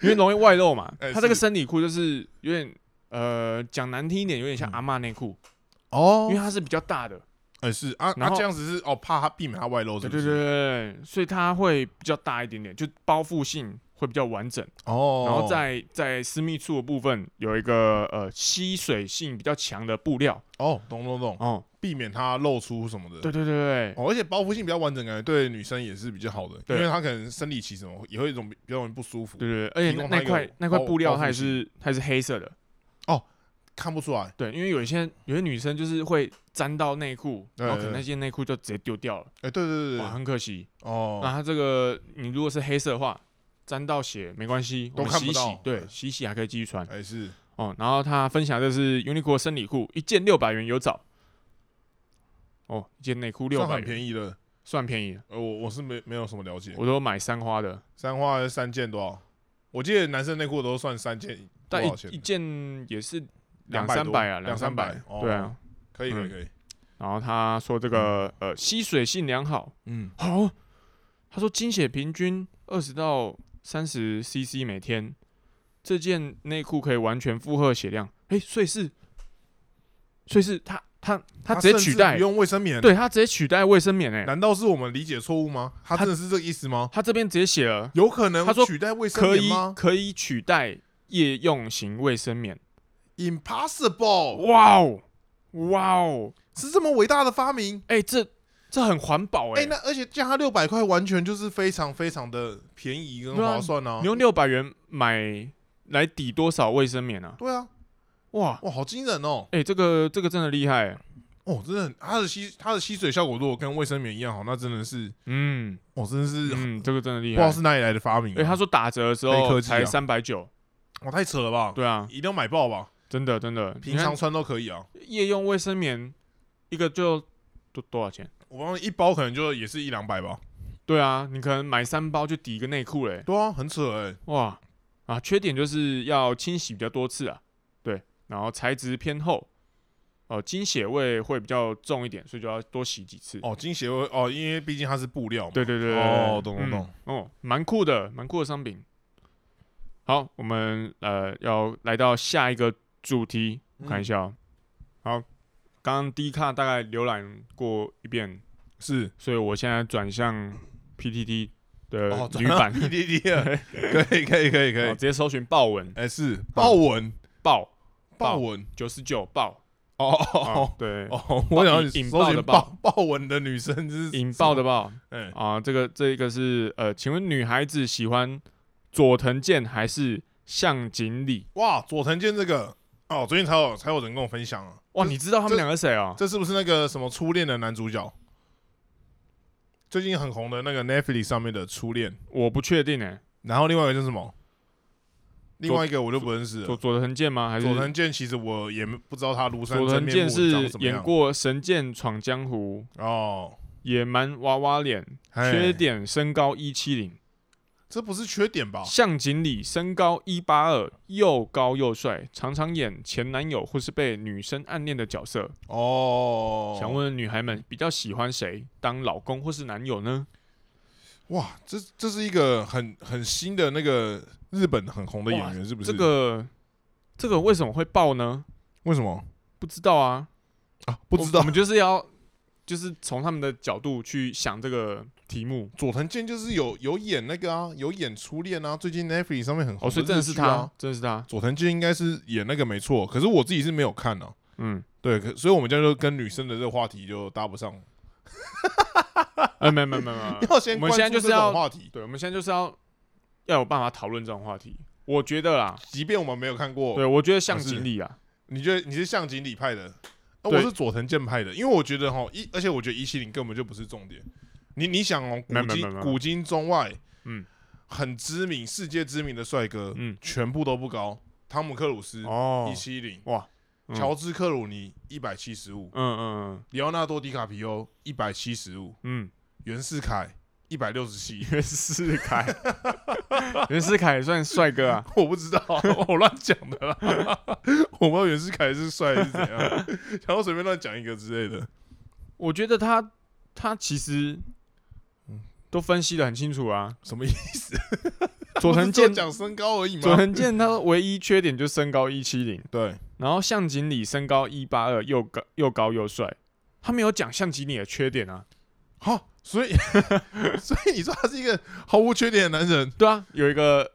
因为容易外露嘛哎，它这个是生理裤就是有点呃讲难听一点，有点像嗯阿嬷内裤，因哦为它是比较大的，哎是啊，那然后这样子是哦，怕他避免他外露，是对不对是？对对，对所以它会比较大一点点，就包覆性会比较完整。哦，然后在在私密处的部分有一个呃吸水性比较强的布料哦，懂懂懂，哦，避免他露出什么的。对对对对，哦，而且包覆性比较完整，感觉对女生也是比较好的，对因为她可能生理期什么也会一种比较容易不舒服，对对对，而提且供它那那一块个那块包布料包覆它也是它也是黑色的，看不出来。对，因为有一些有些女生就是会沾到内裤，对然后可能对那件内裤就直接丢掉了，哎，对对对哇，对，很可惜。那哦，它这个你如果是黑色的话，沾到血没关系，都我们看洗不一洗到，哦对，对洗一洗还可以继续穿哎是哦。然后他分享这是 Uniqlo 的生理裤，一件六百元有找，哦，一件内裤 六算百很元，便宜的。算便宜，呃，我我是没没有什么了解，我都买三花的，三花三件多少？我记得男生内裤都算三件多但少一钱一？件也是两200三多百啊，两两三三百百，，哦嗯对啊。可以可以嗯可以，然后他说这个呃吸水性良好，嗯，好、他说经血平均二十到三十 CC 每天，这件内裤可以完全负荷血量。诶，所以是，所以是他他他直接甚取至代不，用卫生棉，对他直接取代卫生棉诶，难道是我们理解错误吗？他他真的是这个意思吗？他这边直接写了有可能他说取代卫生可棉以吗可以取代夜用型卫生棉。 ？Impossible，哇哦哇哦，是这么伟大的发明？诶，这这很环保哎、诶，那而且加它六百块，完全就是非常非常的便宜跟对啊划算啊你！用六百元买来抵多少卫生棉啊？对啊，哇！哇，好惊人哦！诶，这个这个真的厉害、哦，真的很，它的吸它的吸水效果如果跟卫生棉一样好，那真的是，嗯，哦，真的是、嗯，这个真的不厉知道害。是哪里来的发明、哎，他啊。说打折的时黑科候技啊才三百九，哇，太扯了吧！对啊，一定要买爆吧！真的真的。平常穿都可以啊。你看夜用卫生棉一个就多多少钱？我忘了一包可能就也是一两百吧。对啊，你可能买三包就抵一个内裤嘞，对啊，很扯哎、哇啊！缺点就是要清洗比较多次啊，对，然后材质偏厚，哦、经血味会比较重一点，所以就要多洗几次。哦，金协会哦，因为毕竟它是布料嘛。对对对对，哦对懂嗯懂懂哦，蛮酷的，蛮酷的商品。好，我们呃要来到下一个主题，嗯我看一下、哦。好，刚刚第一卡大概浏览过一遍，是所以我现在转向 PTT 的哦，女 版， P D D 了，可以可以可以可哦以直。接搜寻豹文哎、是豹纹，豹豹纹九十九豹哦哦啊哦对，哦，我想要引引搜爆寻的豹 豹纹的女生就是引爆的，豹哎、啊，这个这一个是呃，请问女孩子喜欢佐藤健还是向井理？哇，佐藤健这个哦，最近才有才有人跟我分享啊，哇，这你知道他这们两个谁啊？这是不是那个什么初恋的男主角？最近很红的那个 Netflix 上面的初恋，我不确定哎、然后另外一个是什么？另外一个我就不认识佐了。佐藤健吗？还是佐藤健其实我也不知道他庐山佐真藤面健目长是什么演样过《神剑闯江湖》哦， 《野蛮娃娃脸》，嘿缺点身高一七零，这不是缺点吧？向井理身高一八二，又高又帅，常常演前男友或是被女生暗恋的角色。哦，想问女孩们比较喜欢谁当老公或是男友呢？哇，这这是一个很很新的那个日本很红的演员，是不是？这个这个为什么会爆呢？为什么不知道啊，啊？不知我道我，们就是要就是从他们的角度去想这个题目。佐藤健就是有有演那个啊，有演初恋啊，最近 Netflix 上面很红、哦，所以真的是他，。真的是他。啊佐藤健应该是演那个没错，可是我自己是没有看啊。嗯，对，可所以我们这样就跟女生的这个话题就搭不上。，呃，没有没有没有没有 要先我们现在关注就这是种 要话题，对，我们现在就是要要有办法讨论这种话题。我觉得啦，即便我们没有看过，对我觉得像我哦是锦鲤啊，你觉得你是向井理派的，啊、对我是佐藤健派的，因为我觉得哈一，而且我觉得一七零根本就不是重点。你你想哦，没古有没有没有今没有古今中外，嗯很知名、世界知名的帅哥，嗯，全部都不高。汤姆克鲁斯哦一，七零，哇，嗯乔治克鲁尼一百七十五嗯，嗯 里奥纳多迪卡皮欧一百七十五，嗯袁世凯一百六十七， 袁世 凯，袁世凯也算帅哥啊，我不知道， 我乱讲的啦， 我不知道袁世凯是帅还是怎样， 然后随便乱讲一个之类的。 我觉得他他其实嗯都分析的很清楚 啊。什么意思？佐不藤是只有健，讲身高而已佐吗？藤健他唯一缺点就是身高一七零，对，然后向井理身高一八二，又高又高又帅，他没有讲向井理的缺点啊。好，所以 所以你说他是一个毫无缺点的男人，对啊，有一个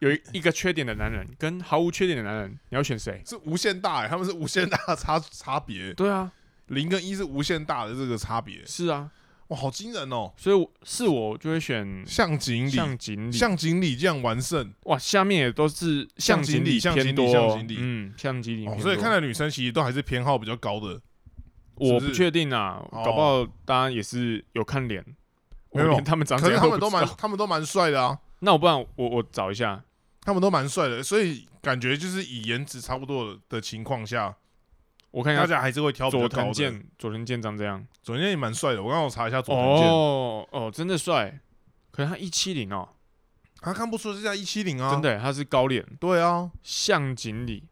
有一一个缺点的男人跟毫无缺点的男人，你要选谁？是无限大、欸，他们是无限大的差差别，对啊，零跟一是无限大的这个差别，是啊，哇，好惊人哦！所以我是我就会选向锦鲤，向嗯井理。啊向锦鲤这样完胜，哇，下面也都是向井井理向偏井理多向哦，井理嗯，向井理哦偏多。所以看来女生其实都还是偏好比较高的，是我不是不确定啊，哦搞不好大家也是有看脸，没我有连他们长可怎是样他不们都知道蛮，他们都蛮帅的啊， 那我不然我我找一下，他们都蛮帅的，所以感觉就是以颜值差不多的情况下，我看一大下家还是会挑比哎佐较高藤的。健，佐藤健长这样。佐藤健也蛮帅的，我刚刚有查一下佐藤健，哦哦，真的帅，可是他一七零哦，他看不出是在一七零啊，真的耶，他是高脸对啊，向井理，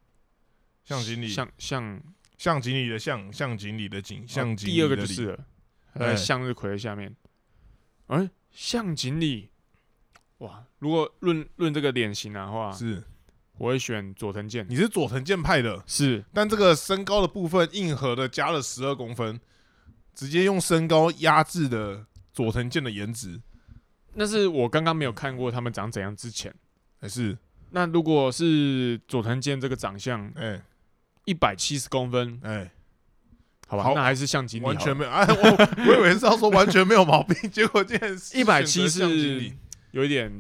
向井理，向向向井理的向，向井理的井，向哦井第理二个的就理是了，他在哎向日葵的下面，哎，向井理，哇，如果论论这个脸型啊的话，是，我会选佐藤健，你是佐藤健派的，是但这个身高的部分硬核的加了十二公分，直接用身高压制的佐藤健的颜值，那是我刚刚没有看过他们长怎样之前。还是那如果是佐藤健这个长相，哎一百七十公分，哎，好吧，好那还是相机完全没有，哎，我我以为是要说完全没有毛病， 结果竟然一百七是一有一点，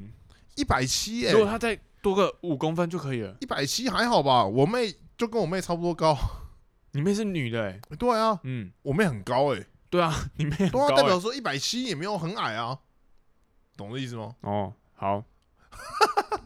一百七，哎如，果他再多个五公分就可以了。一百七还好吧？我妹就跟我妹差不多高， 你妹是女的、欸，对啊，嗯，我妹很高哎、对啊， 你妹很对啊，高、代欸表，说一百七也没有很矮啊，懂的意思吗？哦，好，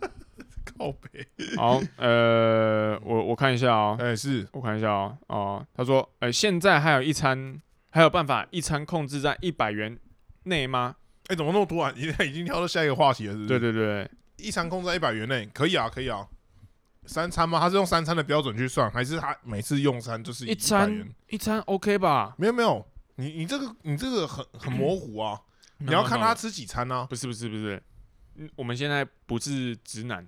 靠北，好，呃，我我看一下哦、哎、是我看一下哦、哦、他说，呃，现在还有一餐，还有办法一餐控制在一百元内吗？哎、怎么那么突然？已经已经跳到下一个话题了，是不是？对对对，一餐控制在一百元内，可以啊，可以啊。三餐吗？他是用三餐的标准去算，还是他每次用餐就是一100餐元？一餐 OK 吧？没有没有，你你这个你这个很很模糊啊，嗯你要看他吃几餐啊。不是不是不是，嗯我们现在不是直男，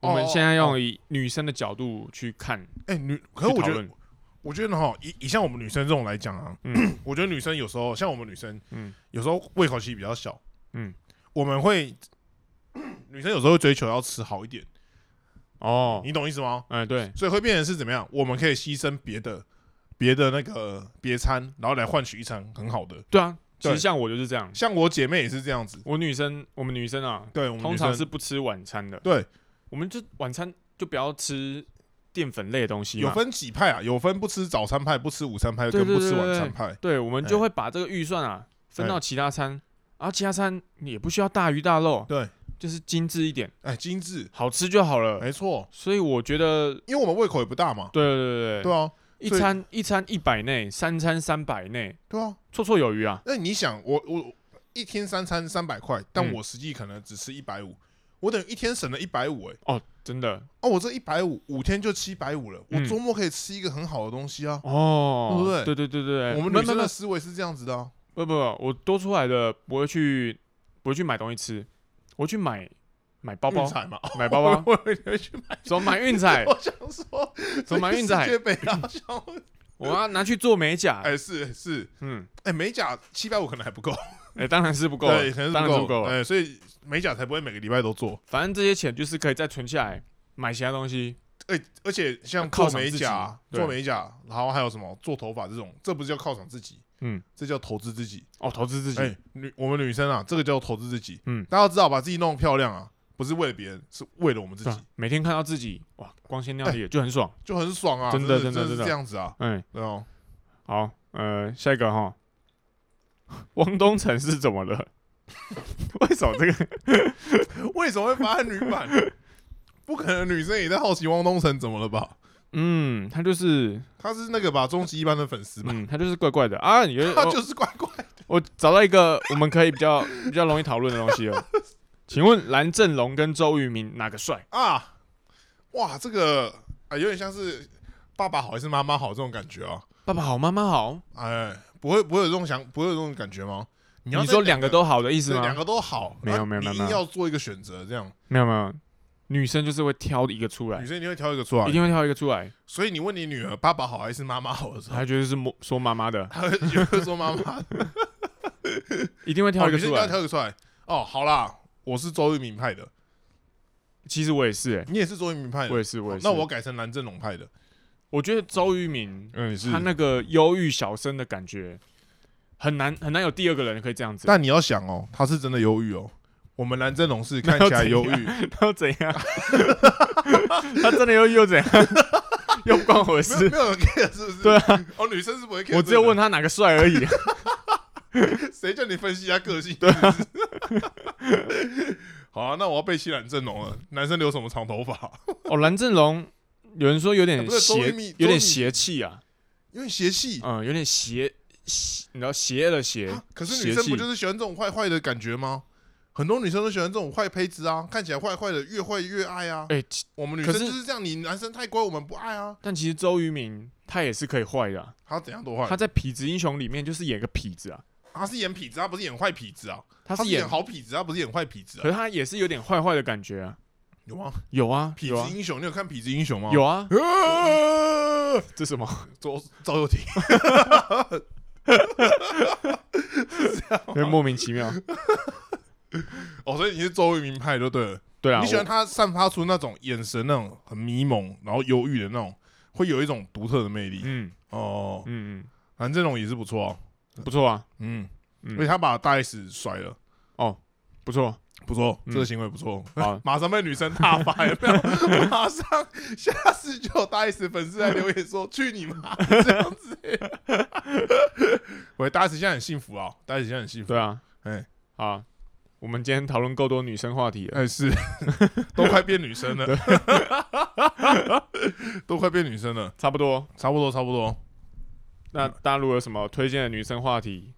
哦我们现在哦要以女生的角度去看，哎、女，可是去我讨觉论得，我觉得哈，以以像我们女生这种来讲啊，嗯我觉得女生有时候像我们女生，嗯有时候胃口其实比较小，嗯，我们会女生有时候会追求要吃好一点，哦，你懂意思吗？哎、对，所以会变成是怎么样？我们可以牺牲别的别的那个别餐，然后来换取一餐很好的。对啊，其实对像我就是这样，像我姐妹也是这样子，我女生，我们女生啊，对，我们通女常生是不吃晚餐的，对，我们就晚餐就不要吃淀粉类的东西有嘛，分几派啊，有分不吃早餐派，不吃午餐派，对跟对不吃晚餐派。对，我们哎就会把这个预算啊分到其他餐，然后其他餐也不需要大鱼大肉，对，就是精致一点，哎，精致，好吃就好了，没错，所以我觉得。因为我们胃口也不大嘛。对对对对啊，一所以餐一餐一百内，三餐三百内，对啊。绰绰有余啊。那你想，我我一天三餐三百块，但嗯我实际可能只吃一百五，我等于一天省了一百五，哎，哦，真的哦，我这一百五五天就七百五了，我嗯周末可以吃一个很好的东西啊。哦，对不对对对对我们没女没生没的思维是这样子的啊、不不不，我多出来的不会去不会去买东西吃，我会去买买包包运，彩嘛，买包包， 我以为你会去买。怎么买运彩？我想说，走马运彩嗯世界杯啊，想说我要拿去做美甲。哎是是，嗯，哎美甲七百五可能还不够，哎，当然是不够了对，可能，当然是不不够够，了。哎，所以美甲才不会每个礼拜都做。反正这些钱就是可以再存下来买其他东西。哎，而且像犒做赏美自己甲、对做美甲，然后还有什么做头发这种，这不是叫犒赏自己，嗯，这叫投资自己。哦，投资自己。哎，女我们女生啊，这个叫投资自己。嗯大家知道把自己弄漂亮啊，不是为了别人，是为了我们自对己啊，每天看到自己哇光鲜亮丽，就很爽。就很爽啊！真的真真的是真的这样子啊，哎，对 哦。好，呃，下一个哈， 汪东城是怎么了？ 为什么这个？为什么会发女版？不可能，女生也在好奇汪东城怎么了吧？ 嗯，他就是，他是那个吧，终极一班的粉丝吧？嗯，他就是怪怪的啊！你 觉得他我就是怪怪的。我找到一个我们可以比较 比较容易讨论的东西了。请问蓝正龙跟周渝民哪个帅？啊，哇，这个啊、有点像是爸爸好还是妈妈好这种感觉啊，爸爸好，妈妈好，哎，不会不会有这种想，不会有这种感觉吗？你你要说在两两个都好的意思对两吗？个都好，没有没有那没有你没硬有要做一个选择，这样没有没有，女生就是会挑一个出来女，生一定会挑一个出一来。定会挑一个出来，所以你问你女儿爸爸好还是妈妈好的时候她，觉得是摸说妈妈的，她会觉得说妈妈， 一定会挑哦女一个生一定出要来。挑一个出来。哦，好啦，我是周渝民派的，其实我也是，哎，你也是周渝民派我的，哦也是，我也是。那我改成蓝正龙派的。我觉得周渝民嗯，你他那个忧郁小生的感觉，很难很难有第二个人可以这样子。但你要想哦，他是真的忧郁哦。我们蓝正龙是看起来忧 那郁，他又怎 样？他真的又又怎样？ 又不关我的没有事。没有人 care 是不是？对啊，哦，女生是不会 care 这个。我只有问他哪个帅而已。谁叫你分析一下个性？对。啊 好啊，那我要背弃蓝正龙了。男生留什么长头发？ 哦，蓝正龙，有人说有哎点不是周渝邪民，周有点渝民邪气啊，因为邪气、嗯，有点邪，邪你知道邪恶的邪啊。可是女生邪不气就是喜欢这种坏坏的感觉吗？很多女生都喜欢这种坏胚子啊，看起来坏坏的，越坏越爱啊。哎、其我们女生可是就是这样，你男生太乖，我们不爱啊。但其实周渝民他也是可以坏的啊、他怎样多坏他？在《痞子英雄》里面就是演个痞子啊，他是演痞子，他不是演坏痞子啊。他他是是演，演好痞子，他不是演坏痞子啊可。是他也是有点坏坏的感觉啊。有吗？有啊，痞有啊子，英雄，你有看痞子英雄吗？有啊，啊。 这什么？ 周周又廷，有点莫名其妙。 哦，所以你是周渝民派就对了。对 啊，你喜欢我他散发出那种眼神，那种很迷蒙，然后忧郁的那种，会有一种独特的魅力。嗯哦，嗯反正这种也是不错哦。嗯，不错啊，嗯，嗯而且他把大 S 甩了，不 错。不错，嗯这个行为不错。，好马上被女生大发，有没有？马上下次就有大 S 粉丝来留言说：“去你 妈！”这样子。 喂，大 S 现在很幸福啊，大 S 现在很幸福。对啊，哎好，我们今天讨论够多女生话题了。哎，是， 都快变女生了， 都快变女生了，差不多。差不多，差不多。那大家如果有什么推荐的女生话题，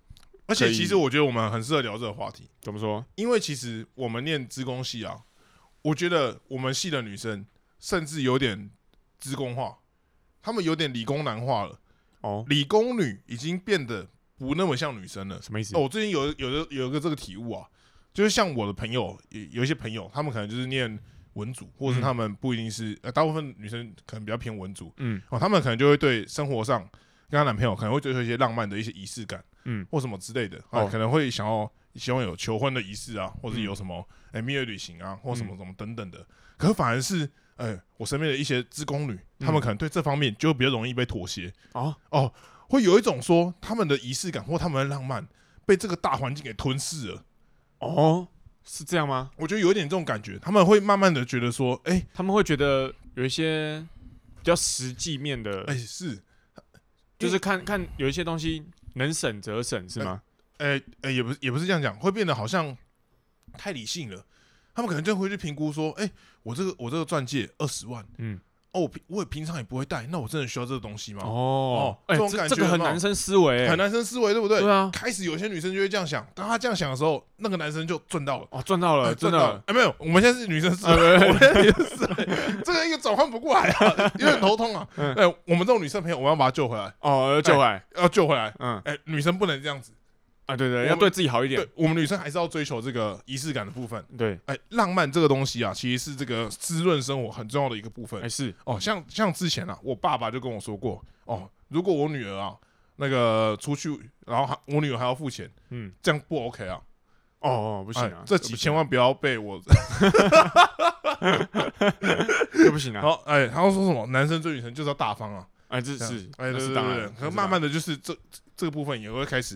而且可以其实我觉得我们很适合聊这个话题，怎么说？因为其实我们念职工系啊，我觉得我们系的女生甚至有点职工化，她们有点理工男化了，哦，理工女已经变得不那么像女生了。什么意思哦，？我最近有有的有一个这个体悟啊，就是像我的朋友，有有一些朋友，他们可能就是念文组，或者是嗯他们不一定是，呃，大部分女生可能比较偏文组，嗯哦，他们可能就会对生活上跟她男朋友可能会追求一些浪漫的一些仪式感，嗯，或什么之类的，啊，哦可能会想要希望有求婚的仪式啊，或者嗯有什么哎蜜月旅行啊，或什么什么等等的。可反而是，哎，我身边的一些职工女，她们嗯可能对这方面就比较容易被妥协，哦，会有一种说她们的仪式感或她们的浪漫被这个大环境给吞噬了。哦，是这样吗？我觉得有一点这种感觉，他们会慢慢的觉得说，哎他们会觉得有一些比较实际面的，哎是，就是看看有一些东西能省则省，是吗？哎哎也不是也不是这样讲，会变得好像太理性了。他们可能就会去评估说，哎，我这个我这个钻戒二十万，嗯，哦，我平我也平常也不会戴，那我真的需要这个东西吗？哦哦，哎，这种这感这觉个很有没有男生思维，哎很男生思维，对不对？对啊，开始有些女生就会这样想，当她这样想的时候，那个男生就赚到了，哦，赚到哎了，赚真到的了。，哎，没有，我们现在是女生思维，呃对对我们现在是女生思维，这个一个转换不过来啊，有点头痛啊。嗯哎，我们这种女生朋友，我们要把她救回来，哦，要救海，要救回来。嗯哎，女生不能这样子，啊，对我对，们要对自己好一点对，我们女生还是要追求这个仪式感的部分。对，哎，浪漫这个东西啊，其实是这个滋润生活很重要的一个部分还。哎是哦，像像之前啊，我爸爸就跟我说过，哦，如果我女儿啊，那个出去，然后还我女儿还要付钱，嗯，这样不 OK 啊？哦哦，不不行啊，哎这几千万万不要被我。这不行然啊，后哎，然后说什么男生追女生就是要大方啊，哎，这这样是哎，这对是对当对然对，，这可是是慢当然慢的就是这这这个部分也会开始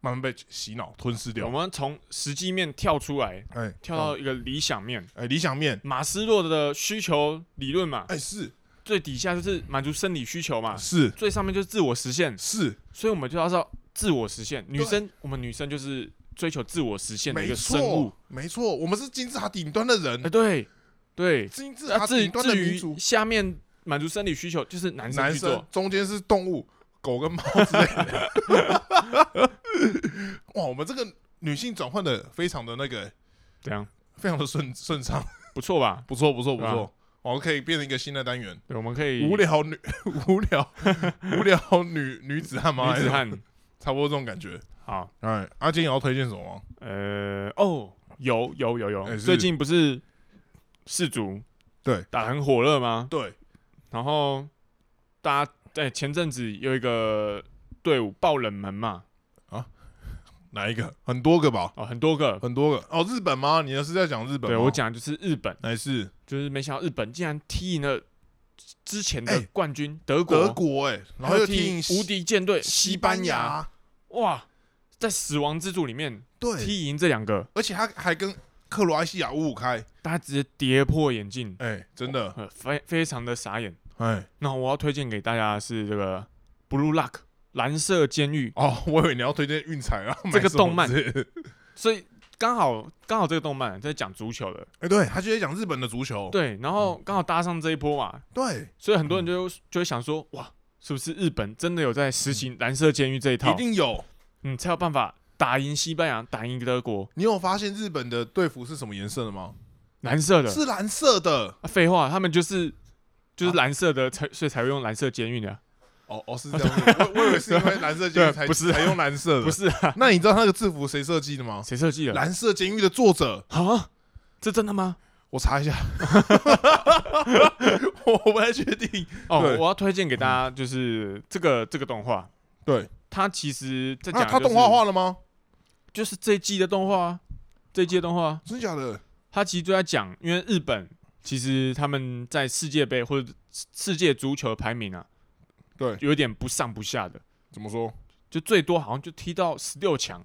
慢慢被洗脑吞噬我掉。们从实际面跳出来，哎，跳嗯到一个理想面。哎理想面，马斯洛的需求理论嘛，哎是最底下就是满足生理需求嘛，是最上面就是自我实现。是，所以我们就要知道自我实现。女对生，我们女生就是追求自我实现的一没个生物错。没错，我们是金字塔顶端的哎，人，对对，金字那塔至啊顶端的至民于族，下面满足生理需求，就是男生男去生做。中间是动物，狗跟猫之类的。 哇，我们这个女性转换的非常的那个，怎样？非常的顺顺畅，不错嗯吧？不错不错不对啊错，我们可以变成一个新的单元，对，我们可以无聊女无聊 无聊女女子汉吗？哎女子，汉。差不多这种感觉。好，哎，阿坚也要推荐什么吗？呃，哦，有有有有，哎是最近不是世足对打得很火热吗？对，然后大家在、前阵子有一个队伍爆冷门嘛，哪一个？很多个吧，哦，很多个。很多个。哦，日本吗？你是在讲日本吗？对我讲的就是日本，哎，乃是就是没想到日本竟然踢赢了之前的哎冠军、德国，德国哎，然后又踢赢无敌舰队西西班班牙，，哇，在死亡之组里面对，踢赢这两个，而且他还跟克罗埃西亚五五开，大家直接跌破眼镜，哎，真的，呃，非非常的傻眼。哎，那我要推荐给大家的是这个《Blue Lock》蓝色监狱，哦，我以为你要推荐运彩 啊，这个动漫买什么之类的所以刚好刚好这个动漫啊在讲足球的，哎，对他就在讲日本的足球，对，然后嗯刚好搭上这一波嘛，对，所以很多人就就会想说，哇，是不是日本真的有在实行蓝色监狱这一嗯一套？定有。嗯，才有办法打赢西班牙，打赢德国，你有发现日本的队服是什么颜色的吗？蓝色的。是蓝色的。啊废、话，他们就是就是啊蓝色的，才所以才会用蓝色监狱的啊，哦哦，是这样子。我我以为是因 为蓝色监狱对才不是才用蓝色的。不是啊？那你知道那个制服谁设计的吗？谁设计的？蓝色监狱的作者，啊，这真的吗？我查一 下。我不太确定。哦，对我要推荐给大家就是这个这个动画，对，它其实在讲、那就是啊他动画化了吗？就是这一季的动画啊，这一季的动画啊，真假的？它其实就在讲，因为日本其实他们在世界杯或者世世界足球排名啊，对有点不上不下的，怎么说？就最多好像就踢到十六强，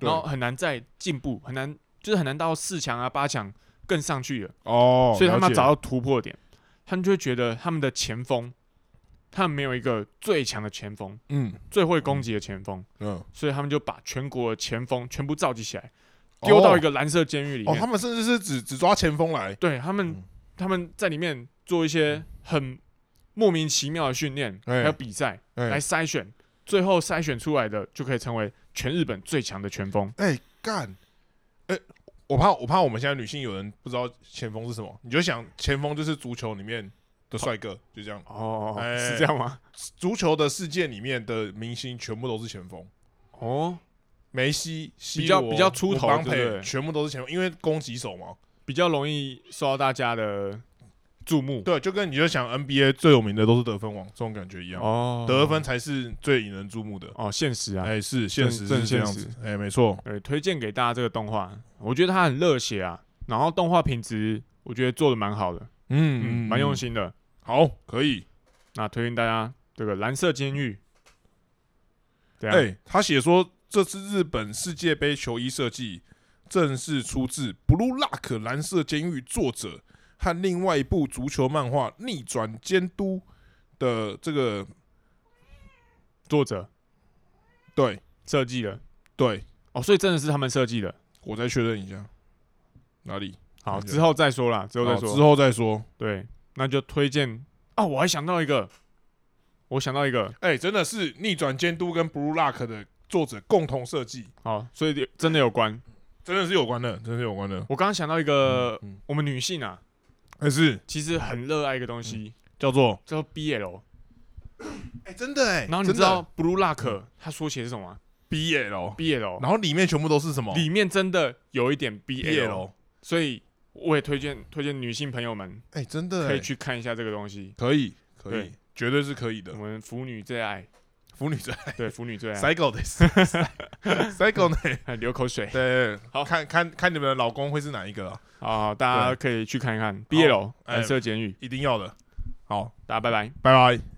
对然后很难再进步，很难就是很难到四强啊八强更上去了，哦所以他们了要解找到突破点，他们就会觉得他们的前锋，他们没有一个最强的前锋，嗯最会攻击的前锋，嗯所以他们就把全国的前锋全部召集起来，丢到一个个蓝色监狱里哦，面。他们甚至是只只抓前锋来。对他们嗯，他们在里面做一些很莫名其妙的训练，还哎有比赛来哎筛选，最后筛选出来的就可以成为全日本最强的前锋。哎干！哎，我怕我怕我们现在女性有人不知道前锋是什么，你就想前锋就是足球里面的帅哥，就这样。哦，哎是这样吗？足球的世界里面的明星全部都是前锋，哦，梅西、C 比较罗比较出头姆巴佩对不对全部都是前锋，因为攻击手嘛。比较容易受到大家的注目。对，就跟你就想 NBA 最有名的都是得分王这种感觉一样，哦，得分才是最引人注目的。哦，现实啊，哎，是现实正是这样现子，哎，没错，对，推荐给大家这个动画，我觉得它很热血啊，然后动画品质我觉得做的蛮好的，嗯嗯，蛮用。心的。好，可以。那推荐大家这个《蓝色监狱》，对啊，哎、他写说这次日本世界杯球衣设计正式出自《Blue Lock 蓝色监狱》作者和另外一部足球漫画《逆转监督》的这个作者对设计的对，哦，所以真的是他们设计的。我再确认一下哪里，好，了解之后再说啦，之后再好说。哦之后再说。对，那就推荐啊，我还想到一个，我想到一个，哎、真的是《逆转监督》跟《Blue Lock》的作者共同设计，好，所以真的有关。真的是有关的，真的是有关的。我刚刚想到一个，嗯，我们女性啊，还、哎是其实很热爱一个东西，嗯叫做叫做 BL。哎、真的嗯哎、然后你知道 Blue Lock 它缩写是什么吗 BL， ？BL，然后里面全部都是什么里面真的有一点 BL， BL？所以我也推荐推荐女性朋友们哎、真的、哎可以去看一下这个东西。可以，可对以，绝对是嗯可以的我。们腐女最 爱，腐女在对腐女最爱， cycle 的 cycle 呢？ 流口水。对，好看看看你们的老公会是哪一个啊，好好，大家可以去看一看《毕业楼哎蓝色监狱》。一定要的。好，大家拜拜。拜拜。